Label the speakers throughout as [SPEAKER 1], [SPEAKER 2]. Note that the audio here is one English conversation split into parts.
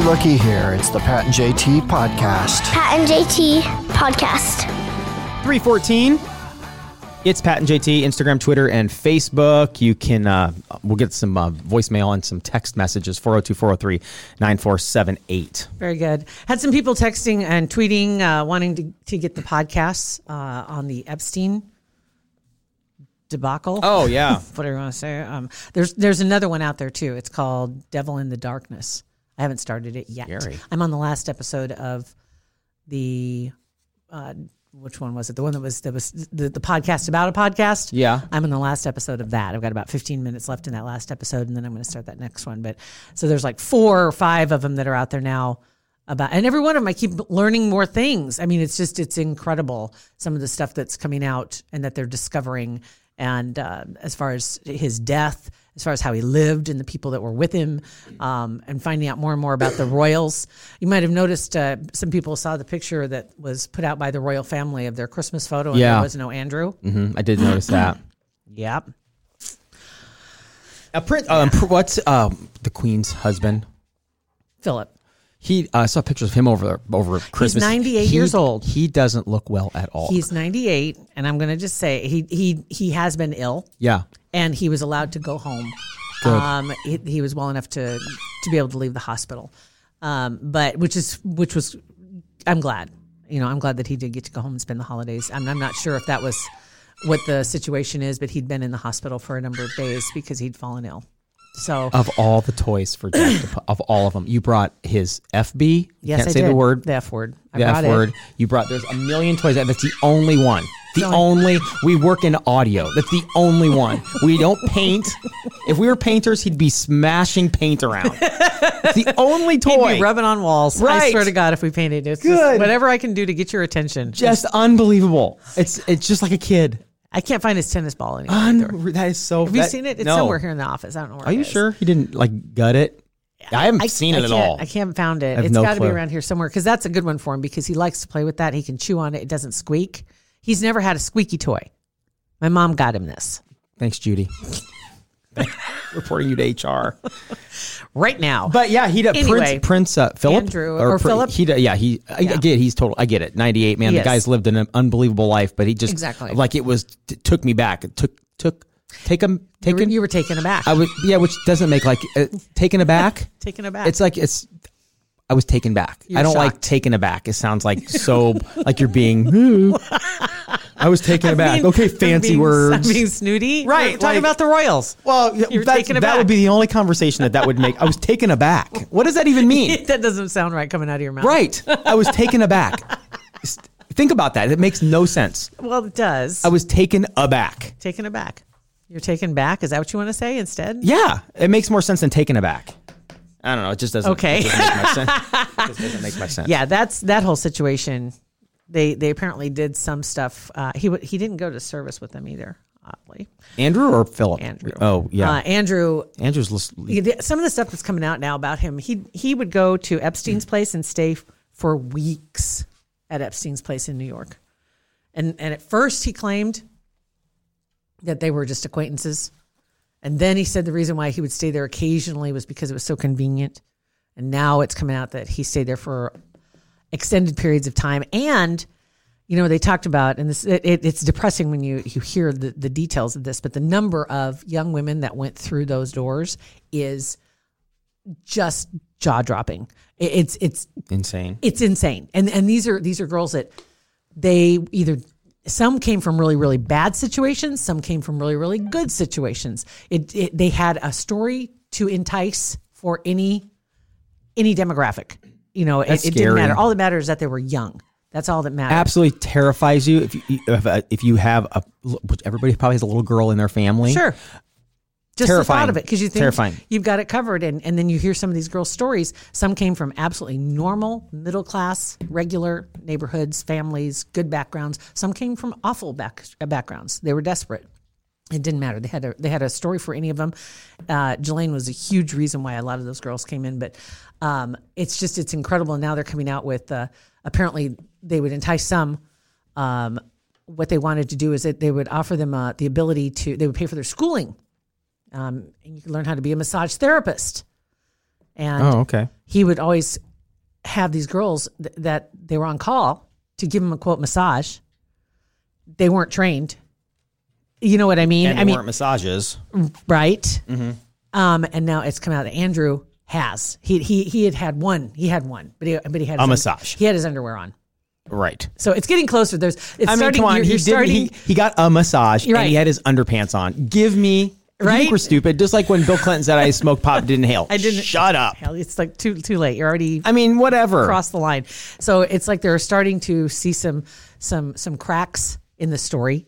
[SPEAKER 1] Lucky here. It's the Pat and JT podcast.
[SPEAKER 2] Pat and JT podcast.
[SPEAKER 3] 314. It's Pat and JT, Instagram, Twitter, and Facebook. You can, uh, we'll get some uh, voicemail and some text messages 402 403 9478.
[SPEAKER 4] Very good. Had some people texting and tweeting, uh, wanting to, to get the podcasts uh, on the Epstein debacle.
[SPEAKER 3] Oh, yeah.
[SPEAKER 4] Whatever you want to say. Um, there's there's another one out there too. It's called Devil in the Darkness. I haven't started it yet.
[SPEAKER 3] Scary.
[SPEAKER 4] I'm on the last episode of the uh, which one was it? The one that was that was the, the podcast about a podcast.
[SPEAKER 3] Yeah.
[SPEAKER 4] I'm in the last episode of that. I've got about 15 minutes left in that last episode, and then I'm going to start that next one. But so there's like four or five of them that are out there now. About and every one of them, I keep learning more things. I mean, it's just it's incredible some of the stuff that's coming out and that they're discovering. And uh, as far as his death, as far as how he lived and the people that were with him, um, and finding out more and more about the royals. You might have noticed uh, some people saw the picture that was put out by the royal family of their Christmas photo, and
[SPEAKER 3] Yeah.
[SPEAKER 4] there was no Andrew.
[SPEAKER 3] hmm I did notice that.
[SPEAKER 4] Yep.
[SPEAKER 3] A print, um, pr- what's um, the Queen's husband?
[SPEAKER 4] Philip.
[SPEAKER 3] He uh, saw pictures of him over over Christmas.
[SPEAKER 4] 98
[SPEAKER 3] He-
[SPEAKER 4] years old.
[SPEAKER 3] He doesn't look well at all.
[SPEAKER 4] He's 98, and I'm going to just say he he he has been ill,
[SPEAKER 3] yeah.
[SPEAKER 4] and he was allowed to go home.
[SPEAKER 3] Good.
[SPEAKER 4] Um, he, he was well enough to to be able to leave the hospital, um, but which is which was I'm glad. You know, I'm glad that he did get to go home and spend the holidays. I'm, I'm not sure if that was what the situation is, but he'd been in the hospital for a number of days because he'd fallen ill. So
[SPEAKER 3] Of all the toys for Jack, to pu- of all of them, you brought his FB.
[SPEAKER 4] yes,
[SPEAKER 3] can't
[SPEAKER 4] I
[SPEAKER 3] say
[SPEAKER 4] did.
[SPEAKER 3] the word.
[SPEAKER 4] the F word. I
[SPEAKER 3] the
[SPEAKER 4] brought
[SPEAKER 3] F
[SPEAKER 4] it.
[SPEAKER 3] word. You brought there's a million toys. That's the only one. The
[SPEAKER 4] So-
[SPEAKER 3] only we work in audio. That's the only one. We don't paint. If we were painters, he'd be smashing paint around. It's the only toy.
[SPEAKER 4] He'd be rubbing on walls. I
[SPEAKER 3] Right.
[SPEAKER 4] swear to God, if we painted it, it's
[SPEAKER 3] Good.
[SPEAKER 4] Just whatever I can do to get your attention.
[SPEAKER 3] just unbelievable. It's it's just like a kid.
[SPEAKER 4] I can't find his tennis ball anymore. either.
[SPEAKER 3] Un- that is so.
[SPEAKER 4] Have you seen it? It's somewhere here in the office. I don't know where
[SPEAKER 3] Are
[SPEAKER 4] it
[SPEAKER 3] you
[SPEAKER 4] is.
[SPEAKER 3] sure he didn't like gut it? I haven't
[SPEAKER 4] I-
[SPEAKER 3] seen
[SPEAKER 4] I
[SPEAKER 3] it at
[SPEAKER 4] can't-
[SPEAKER 3] all.
[SPEAKER 4] I can't found it.
[SPEAKER 3] have
[SPEAKER 4] It's
[SPEAKER 3] no
[SPEAKER 4] got to be
[SPEAKER 3] clue.
[SPEAKER 4] around here somewhere because that's a good one for him because he likes to play with that. He can chew on it. It doesn't squeak. He's never had a squeaky toy. My mom got him this
[SPEAKER 3] Thanks, Judy. Reporting you to HR.
[SPEAKER 4] right now.
[SPEAKER 3] But yeah, he did.
[SPEAKER 4] Anyway.
[SPEAKER 3] Prince, Prince uh, Philip
[SPEAKER 4] Andrew or
[SPEAKER 3] Pri-
[SPEAKER 4] Philip?
[SPEAKER 3] He did, yeah, he. I, I
[SPEAKER 4] Yeah.
[SPEAKER 3] get. it, He's total. I get it. Ninety eight, man.
[SPEAKER 4] He
[SPEAKER 3] the
[SPEAKER 4] is.
[SPEAKER 3] guy's lived an unbelievable life, but he just
[SPEAKER 4] Exactly.
[SPEAKER 3] like it was t- took me back. It took took take him
[SPEAKER 4] you were,
[SPEAKER 3] taken.
[SPEAKER 4] you were taken aback.
[SPEAKER 3] I was yeah, which doesn't make like uh, taken aback.
[SPEAKER 4] taken aback.
[SPEAKER 3] it's like it's. I was taken back.
[SPEAKER 4] You're
[SPEAKER 3] I don't like
[SPEAKER 4] shocked.
[SPEAKER 3] taken aback. It sounds like so like you're being. I was taken
[SPEAKER 4] I'm
[SPEAKER 3] aback.
[SPEAKER 4] being-
[SPEAKER 3] okay,
[SPEAKER 4] I'm
[SPEAKER 3] fancy
[SPEAKER 4] being-
[SPEAKER 3] words.
[SPEAKER 4] I'm being snooty. We're
[SPEAKER 3] Right,
[SPEAKER 4] talking
[SPEAKER 3] like-
[SPEAKER 4] about the Royals.
[SPEAKER 3] well,
[SPEAKER 4] You're
[SPEAKER 3] that,
[SPEAKER 4] taken
[SPEAKER 3] that would
[SPEAKER 4] aback.
[SPEAKER 3] be the only conversation that that would make. I was taken aback. What does that even mean?
[SPEAKER 4] that doesn't sound right coming out of your mouth.
[SPEAKER 3] Right. I was taken aback. S- Think about that. It makes no sense.
[SPEAKER 4] Well, it does.
[SPEAKER 3] I was taken aback.
[SPEAKER 4] taken aback. You're taken back. Is that what you want to say instead?
[SPEAKER 3] Yeah, it makes more sense than taken aback. I don't know. It just doesn't.
[SPEAKER 4] Okay.
[SPEAKER 3] It doesn't make my sense. It just doesn't make my sense.
[SPEAKER 4] Yeah, that's that whole situation. They they apparently did some stuff. Uh, he w- he didn't go to service with them either. Oddly,
[SPEAKER 3] Andrew or Philip.
[SPEAKER 4] Andrew.
[SPEAKER 3] Oh yeah.
[SPEAKER 4] uh, Andrew.
[SPEAKER 3] Andrew's. List-
[SPEAKER 4] the- Some of the stuff that's coming out now about him. He he would go to Epstein's place and stay f- for weeks at Epstein's place in New York, and and at first he claimed that they were just acquaintances, and then he said the reason why he would stay there occasionally was because it was so convenient, and now it's coming out that he stayed there for extended periods of time and you know they talked about and this it, it, it's depressing when you you hear the, the details of this but the number of young women that went through those doors is just jaw dropping it, it's it's
[SPEAKER 3] insane.
[SPEAKER 4] it's insane and and these are these are girls that they either some came from really really bad situations some came from really really good situations it, it they had a story to entice for any any demographic you know it,
[SPEAKER 3] That's
[SPEAKER 4] it didn't
[SPEAKER 3] scary.
[SPEAKER 4] matter all that matters is that they were young that's all that matters
[SPEAKER 3] Absolutely terrifies you if you if, uh, if you have a which everybody probably has a little girl in their family.
[SPEAKER 4] Sure. Just the
[SPEAKER 3] Terrifying.
[SPEAKER 4] thought of it, because you think
[SPEAKER 3] Terrifying.
[SPEAKER 4] you've got it covered, and, and then you hear some of these girls' stories. Some came from absolutely normal, middle class, regular neighborhoods, families, good backgrounds. Some came from awful back, uh, backgrounds. They were desperate. It didn't matter. They had a they had a story for any of them. Uh, Jelaine was a huge reason why a lot of those girls came in, but um, it's just it's incredible. And now they're coming out with uh, apparently they would entice some um, what they wanted to do is that they would offer them uh, the ability to they would pay for their schooling um, and you could learn how to be a massage therapist and
[SPEAKER 3] Oh okay.
[SPEAKER 4] he would always have these girls th- that they were on call to give them a quote massage. They weren't trained. You know what I mean?
[SPEAKER 3] And
[SPEAKER 4] I
[SPEAKER 3] they
[SPEAKER 4] mean,
[SPEAKER 3] weren't Mm-hmm. massages.
[SPEAKER 4] right? Um, and now it's come out that Andrew has he he he had had one he had one, but he but he had
[SPEAKER 3] A
[SPEAKER 4] his
[SPEAKER 3] massage.
[SPEAKER 4] He had his underwear on,
[SPEAKER 3] Right.
[SPEAKER 4] so it's getting closer. There's it's
[SPEAKER 3] I mean,
[SPEAKER 4] starting.
[SPEAKER 3] come on.
[SPEAKER 4] you're,
[SPEAKER 3] he,
[SPEAKER 4] you're
[SPEAKER 3] did,
[SPEAKER 4] starting.
[SPEAKER 3] he he got a massage
[SPEAKER 4] You're
[SPEAKER 3] and he
[SPEAKER 4] right.
[SPEAKER 3] had his underpants on. Give me. You
[SPEAKER 4] Right?
[SPEAKER 3] think we're stupid? Just like when Bill Clinton said, "I smoke pot, didn't inhale." I
[SPEAKER 4] didn't-
[SPEAKER 3] Shut up.
[SPEAKER 4] hell, it's like too too late. You're already
[SPEAKER 3] I mean, whatever.
[SPEAKER 4] across the line. So it's like they're starting to see some some some cracks in the story,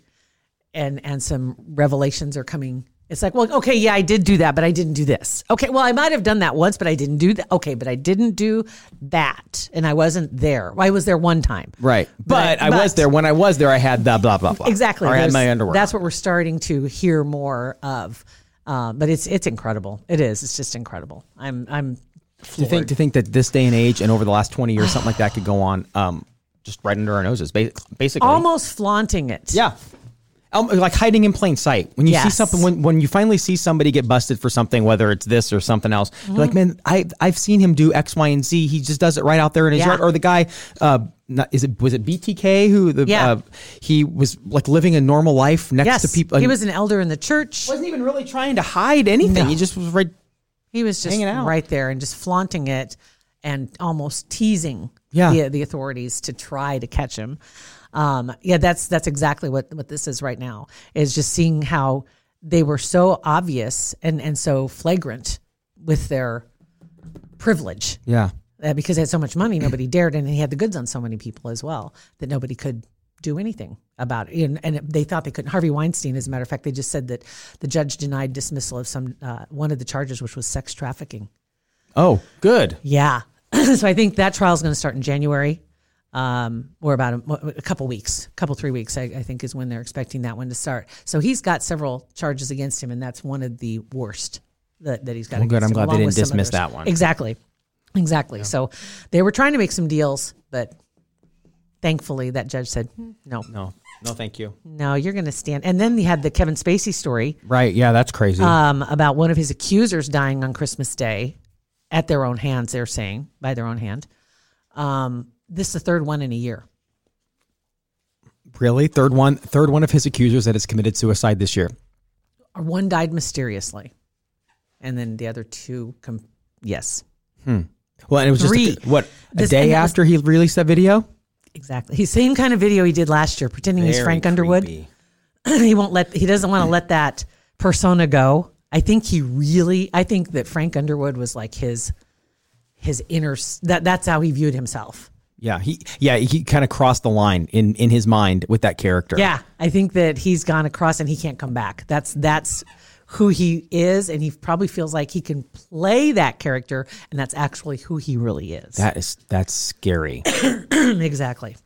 [SPEAKER 4] and and some revelations are coming. It's like, well, okay, yeah, I did do that, but I didn't do this. Okay, well, I might have done that once, but I didn't do that. Okay, but I didn't do that, and I wasn't there. Well, I was there one time,
[SPEAKER 3] Right. But,
[SPEAKER 4] But-
[SPEAKER 3] I was
[SPEAKER 4] but-
[SPEAKER 3] there. When I was there, I had the blah blah blah.
[SPEAKER 4] Exactly.
[SPEAKER 3] Or I had
[SPEAKER 4] There's-
[SPEAKER 3] my underwear.
[SPEAKER 4] That's what we're starting to hear more of. Uh, but it's it's incredible. It is. It's just incredible. I'm I'm
[SPEAKER 3] to think to think that this day and age and over the last twenty years, something like that could go on, um, just right under our noses, ba- basically.
[SPEAKER 4] almost flaunting it.
[SPEAKER 3] Yeah. Um, like hiding in plain sight. When you see
[SPEAKER 4] Yes.
[SPEAKER 3] something, when, when you finally see somebody get busted for something, whether it's this or something else, you're like, man, I I've seen him do X, Y, and Z. He just does it right out there in his
[SPEAKER 4] Yeah.
[SPEAKER 3] yard. Or the guy, uh, not, is it was it BTK who the
[SPEAKER 4] Yeah.
[SPEAKER 3] uh, he was like living a normal life next
[SPEAKER 4] Yes.
[SPEAKER 3] to people.
[SPEAKER 4] he was an elder in the church.
[SPEAKER 3] wasn't even really trying to hide anything. He just was right.
[SPEAKER 4] He was just
[SPEAKER 3] Hanging out.
[SPEAKER 4] right there and just flaunting it and almost teasing
[SPEAKER 3] Yeah.
[SPEAKER 4] the, the authorities to try to catch him. Um, yeah, that's that's exactly what what this is right now is just seeing how they were so obvious and and so flagrant with their privilege
[SPEAKER 3] Yeah.
[SPEAKER 4] uh, because he had so much money, nobody dared, and he had the goods on so many people as well that nobody could do anything about it. And, and it- they thought they couldn't. Harvey Weinstein, as a matter of fact, they just said that the judge denied dismissal of some uh, one of the charges, which was sex trafficking.
[SPEAKER 3] Oh, good.
[SPEAKER 4] Yeah, so I think that trial is going to start in January. Um, or about a, a couple weeks, couple three weeks, I, I think is when they're expecting that one to start. So he's got several charges against him, and that's one of the worst that, that he's got.
[SPEAKER 3] good.
[SPEAKER 4] against
[SPEAKER 3] I'm
[SPEAKER 4] him,
[SPEAKER 3] glad they
[SPEAKER 4] along
[SPEAKER 3] didn't
[SPEAKER 4] with some
[SPEAKER 3] dismiss
[SPEAKER 4] others.
[SPEAKER 3] that one.
[SPEAKER 4] Exactly. Exactly. So they were trying to make some deals, but thankfully that judge said, "Hmm, no, no,
[SPEAKER 3] No, no, thank you.
[SPEAKER 4] you're going to stand. And then he had the Kevin Spacey story
[SPEAKER 3] Right. Yeah, that's crazy.
[SPEAKER 4] um, about one of his accusers dying on Christmas Day at their own hands, they're saying, by their own hand. Um, this is the third one in a year.
[SPEAKER 3] really? Third one, third one of his accusers that has committed suicide this year.
[SPEAKER 4] Or One died mysteriously, and then the other two, com- yes,
[SPEAKER 3] Well, and it was just
[SPEAKER 4] Three.
[SPEAKER 3] what a
[SPEAKER 4] This-
[SPEAKER 3] day
[SPEAKER 4] and it was-
[SPEAKER 3] after he released that video.
[SPEAKER 4] exactly. He's same kind of video he did last year, pretending he's
[SPEAKER 3] Very
[SPEAKER 4] Frank Underwood.
[SPEAKER 3] creepy.
[SPEAKER 4] he won't let. He doesn't want to let that persona go. I think he really. I think that Frank Underwood was like his his inner. s- That that's how he viewed himself.
[SPEAKER 3] Yeah, he yeah he kind of crossed the line in in his mind with that character.
[SPEAKER 4] Yeah, I think that he's gone across and he can't come back. That's that's who he is, and he probably feels like he can play that character, and that's actually who he really is.
[SPEAKER 3] that is that's scary.
[SPEAKER 4] exactly.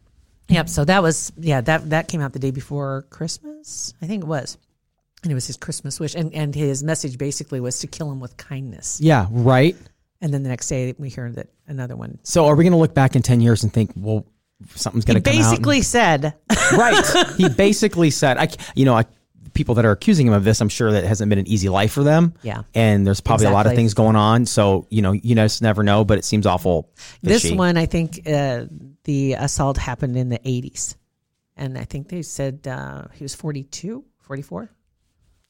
[SPEAKER 4] Yep. So that was yeah that that came out the day before Christmas, I think it was, and it was his Christmas wish, and and his message basically was to kill him with kindness.
[SPEAKER 3] yeah, right.
[SPEAKER 4] And then the next day we hear that another one.
[SPEAKER 3] So are we going to look back in ten years and think, well, something's
[SPEAKER 4] He
[SPEAKER 3] going to come out? and-
[SPEAKER 4] basically said,
[SPEAKER 3] right. He basically said, I, c- you know, I, people that are accusing him of this, I'm sure that hasn't been an easy life for them.
[SPEAKER 4] Yeah.
[SPEAKER 3] And there's probably a lot of
[SPEAKER 4] Exactly.
[SPEAKER 3] things going on. So, you know, you just never know, but it seems awful.
[SPEAKER 4] This
[SPEAKER 3] fishy.
[SPEAKER 4] one, I think uh, the assault happened in the 80s. And I think they said uh, he was 42, 44.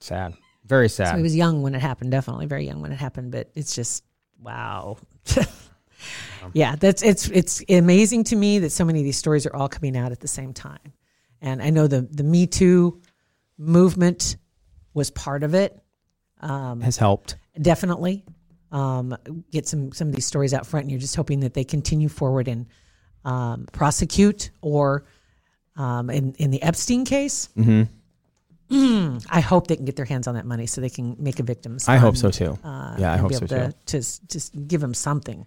[SPEAKER 3] sad. Very sad.
[SPEAKER 4] He was young when it happened, definitely very young when it happened, but it's just wow. yeah, that's it's it's amazing to me that so many of these stories are all coming out at the same time. And I know the the Me Too movement was part of it.
[SPEAKER 3] Has helped.
[SPEAKER 4] definitely um, get some some of these stories out front and you're just hoping that they continue forward and um, prosecute or um, in, in the epstein case
[SPEAKER 3] Mm-hmm.
[SPEAKER 4] mm, i hope they can get their hands on that money so they can make a victim's
[SPEAKER 3] I hope
[SPEAKER 4] fund,
[SPEAKER 3] so too.
[SPEAKER 4] uh,
[SPEAKER 3] yeah, I
[SPEAKER 4] and
[SPEAKER 3] hope
[SPEAKER 4] be
[SPEAKER 3] so
[SPEAKER 4] able
[SPEAKER 3] too.
[SPEAKER 4] to, to s- just give them something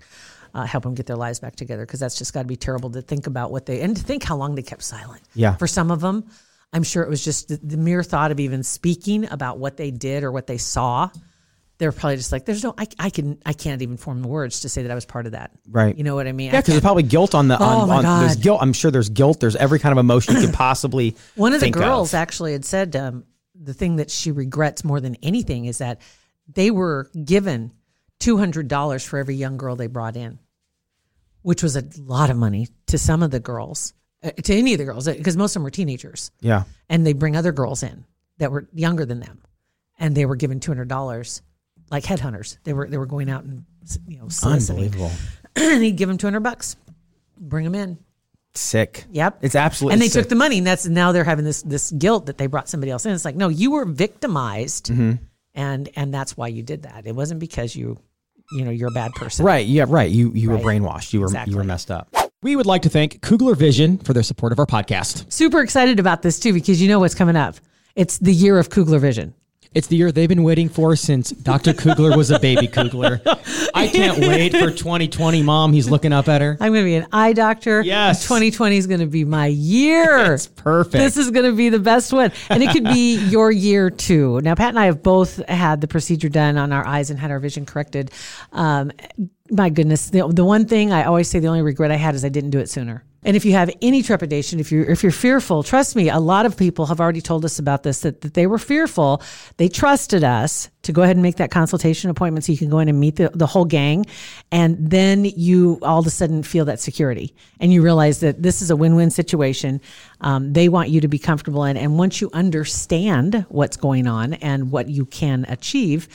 [SPEAKER 4] uh, help them get their lives back together because that's just got to be terrible to think about what they and to think how long they kept silent
[SPEAKER 3] Yeah.
[SPEAKER 4] for some of them i'm sure it was just the, the mere thought of even speaking about what they did or what they saw they're probably just like there's no I, I can i can't even form the words to say that i was part of that
[SPEAKER 3] Right.
[SPEAKER 4] you know what i mean
[SPEAKER 3] Yeah,
[SPEAKER 4] I
[SPEAKER 3] because there's
[SPEAKER 4] can't-
[SPEAKER 3] probably guilt on the. On,
[SPEAKER 4] Oh, my
[SPEAKER 3] on, There's
[SPEAKER 4] God.
[SPEAKER 3] guilt. I'm sure there's guilt. There's every kind of emotion you could possibly.
[SPEAKER 4] one of the
[SPEAKER 3] think
[SPEAKER 4] girls
[SPEAKER 3] Of.
[SPEAKER 4] actually had said um, the thing that she regrets more than anything is that they were given $200 for every young girl they brought in which was a lot of money to some of the girls, uh, to any of the girls, because most of them were teenagers
[SPEAKER 3] Yeah.
[SPEAKER 4] and they bring other girls in that were younger than them, and they were given two hundred dollars, like headhunters. They were they were going out and you know soliciting,
[SPEAKER 3] Unbelievable.
[SPEAKER 4] and he'd give them two hundred bucks, bring them in.
[SPEAKER 3] Sick.
[SPEAKER 4] Yep,
[SPEAKER 3] It's absolutely
[SPEAKER 4] and they
[SPEAKER 3] sick.
[SPEAKER 4] took the money, and that's now they're having this this guilt that they brought somebody else in. It's like no, you were victimized,
[SPEAKER 3] Mm-hmm.
[SPEAKER 4] and and that's why you did that. It wasn't because you, you know, you're a bad person.
[SPEAKER 3] Right. Yeah. Right. You you were brainwashed. You were you were messed up.
[SPEAKER 5] We would like to thank Kugler Vision for their support of our podcast.
[SPEAKER 4] Super excited about this too because you know what's coming up. It's the year of Kugler Vision.
[SPEAKER 5] It's the year they've been waiting for since Dr. Kugler was a baby Kugler. I can't wait for 2020, Mom. He's looking up at her.
[SPEAKER 4] I'm going to be an eye doctor.
[SPEAKER 5] Yes.
[SPEAKER 4] 2020 is going to be my year.
[SPEAKER 5] It's perfect.
[SPEAKER 4] This is going to be the best one. And it could be your year too. Now, Pat and I have both had the procedure done on our eyes and had our vision corrected. Um, my goodness. The, the one thing I always say the only regret I had is I didn't do it sooner. And if you have any trepidation, if you're, if you're fearful, trust me, a lot of people have already told us about this that, that they were fearful. They trusted us to go ahead and make that consultation appointment so you can go in and meet the, the whole gang. And then you all of a sudden feel that security and you realize that this is a win win situation. Um, they want you to be comfortable in. And once you understand what's going on and what you can achieve,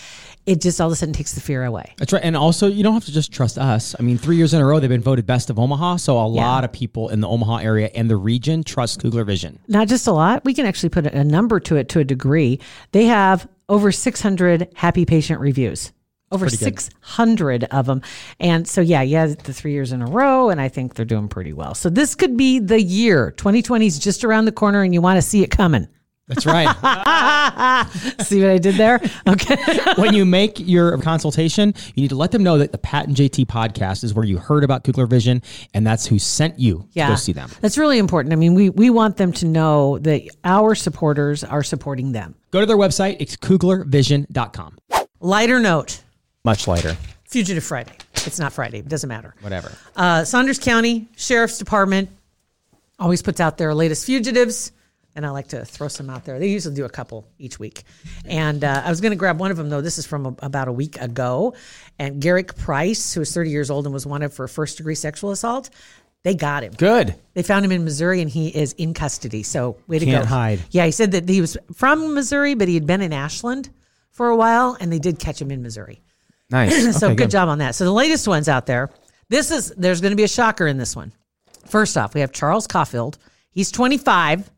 [SPEAKER 4] it just all of a sudden takes the fear away.
[SPEAKER 5] That's right. And also, you don't have to just trust us. I mean, three years in a row, they've been voted best of Omaha. So a lot of people in the Omaha area and the region trust Kugler Vision.
[SPEAKER 4] not just a lot. We can actually put a number to it to a degree. They have over 600 happy patient reviews. Over 600 of them. And so, yeah, yeah, the three years in a row, and I think they're doing pretty well. So, this could be the year. 2020 is just around the corner, and you want to see it coming.
[SPEAKER 5] That's right.
[SPEAKER 4] See what I did there? Okay.
[SPEAKER 5] when you make your consultation, you need to let them know that the Pat and JT podcast is where you heard about Kugler Vision, and that's who sent you
[SPEAKER 4] yeah.
[SPEAKER 5] to go see them.
[SPEAKER 4] That's really important. I mean, we, we want them to know that our supporters are supporting them.
[SPEAKER 5] Go to their website. It's kuglervision.com.
[SPEAKER 4] Lighter note
[SPEAKER 3] Much lighter.
[SPEAKER 4] Fugitive Friday. It's not Friday, it doesn't matter.
[SPEAKER 5] Whatever.
[SPEAKER 4] uh, Saunders County Sheriff's Department always puts out their latest fugitives, and I like to throw some out there. They usually do a couple each week. And uh, I was going to grab one of them though. This is from a, about a week ago, and Garrick Price, who is 30 years old and was wanted for first degree sexual assault, they got him.
[SPEAKER 3] Good.
[SPEAKER 4] They found him in Missouri, and he is in custody. So way to
[SPEAKER 5] Can't
[SPEAKER 4] go.
[SPEAKER 5] hide.
[SPEAKER 4] Yeah, he said that he was from Missouri, but he had been in Ashland for a while, and they did catch him in Missouri
[SPEAKER 3] Nice.
[SPEAKER 4] so
[SPEAKER 3] Okay,
[SPEAKER 4] good, job on that. So the latest ones out there. This is there's going to be a shocker in this one. First off, we have Charles Caulfield. He's 25,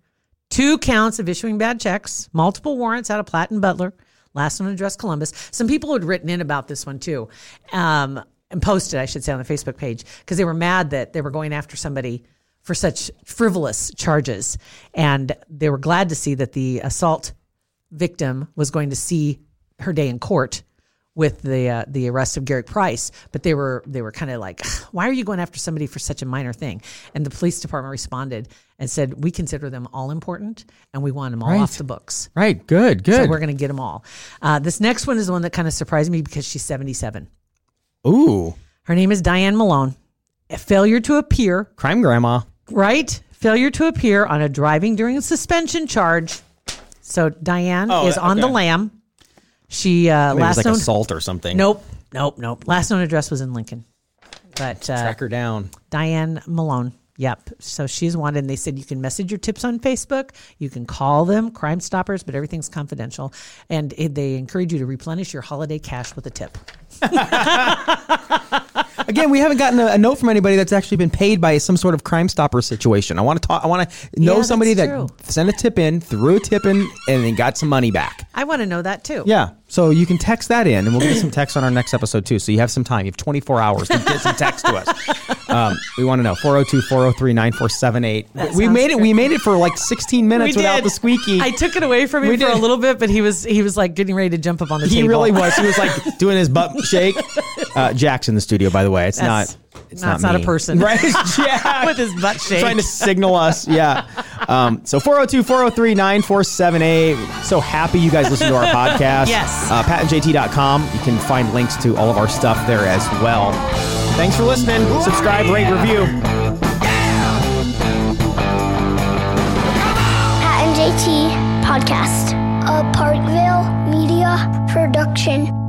[SPEAKER 4] two counts of issuing bad checks, multiple warrants out of Platt and Butler. Last one addressed Columbus. Some people had written in about this one too, um, and posted, I should say, on the Facebook page because they were mad that they were going after somebody for such frivolous charges, and they were glad to see that the assault victim was going to see her day in court with the uh, the arrest of Garrick Price, but they were they were kind of like, why are you going after somebody for such a minor thing? And the police department responded and said, we consider them all important and we want them all off the books.
[SPEAKER 3] Right. Good. Good.
[SPEAKER 4] So we're going to get them all. Uh, this next one is the one that kind of surprised me because she's 77.
[SPEAKER 3] Ooh.
[SPEAKER 4] Her name is Diane Malone. A failure to appear
[SPEAKER 3] Crime grandma.
[SPEAKER 4] right? Failure to appear on a driving during a suspension charge. So Diane
[SPEAKER 3] Oh,
[SPEAKER 4] is on the lam. She
[SPEAKER 3] Maybe it
[SPEAKER 4] uh,
[SPEAKER 3] was
[SPEAKER 4] last
[SPEAKER 3] like
[SPEAKER 4] known.
[SPEAKER 3] assault or something.
[SPEAKER 4] Nope, nope, nope. Last known address was in Lincoln, but uh,
[SPEAKER 3] Track her down.
[SPEAKER 4] Diane Malone. Yep. So she's wanted. And they said you can message your tips on Facebook. You can call them, Crime Stoppers, but everything's confidential. And it, they encourage you to replenish your holiday cash with a tip.
[SPEAKER 3] Again, we haven't gotten a, a note from anybody that's actually been paid by some sort of Crime Stopper situation. I want to talk. I want to know
[SPEAKER 4] that's
[SPEAKER 3] somebody that
[SPEAKER 4] true.
[SPEAKER 3] sent a tip in, threw a tip in, and then got some money back.
[SPEAKER 4] I want to know that too.
[SPEAKER 3] Yeah. So you can text that in, and we'll get some text on our next episode, too. So you have some time. You have 24 hours to get some text to us. Um, we want to know 402 403 9478. We
[SPEAKER 4] sounds
[SPEAKER 3] made it.
[SPEAKER 4] good.
[SPEAKER 3] We made it for like 16 minutes without the squeaky.
[SPEAKER 4] I took it away from him
[SPEAKER 3] We
[SPEAKER 4] for a
[SPEAKER 3] did.
[SPEAKER 4] little bit, but he was he was like getting ready to jump up on the
[SPEAKER 3] he
[SPEAKER 4] table.
[SPEAKER 3] really was. He was like doing his butt shake. Uh, Jack's in the studio, by the way. It's
[SPEAKER 4] That's-
[SPEAKER 3] not. It's
[SPEAKER 4] that's
[SPEAKER 3] not,
[SPEAKER 4] not a
[SPEAKER 3] me.
[SPEAKER 4] person.
[SPEAKER 3] right? It's Jack
[SPEAKER 4] with his butt shake.
[SPEAKER 3] trying to signal us. Yeah. Um, so 402-403-9478. So happy you guys listen to our podcast.
[SPEAKER 4] Yes.
[SPEAKER 3] Uh, patentjt.com. You can find links to all of our stuff there as well. Thanks for listening. Subscribe, rate, review.
[SPEAKER 2] Pat and JT Podcast, a Parkville media production.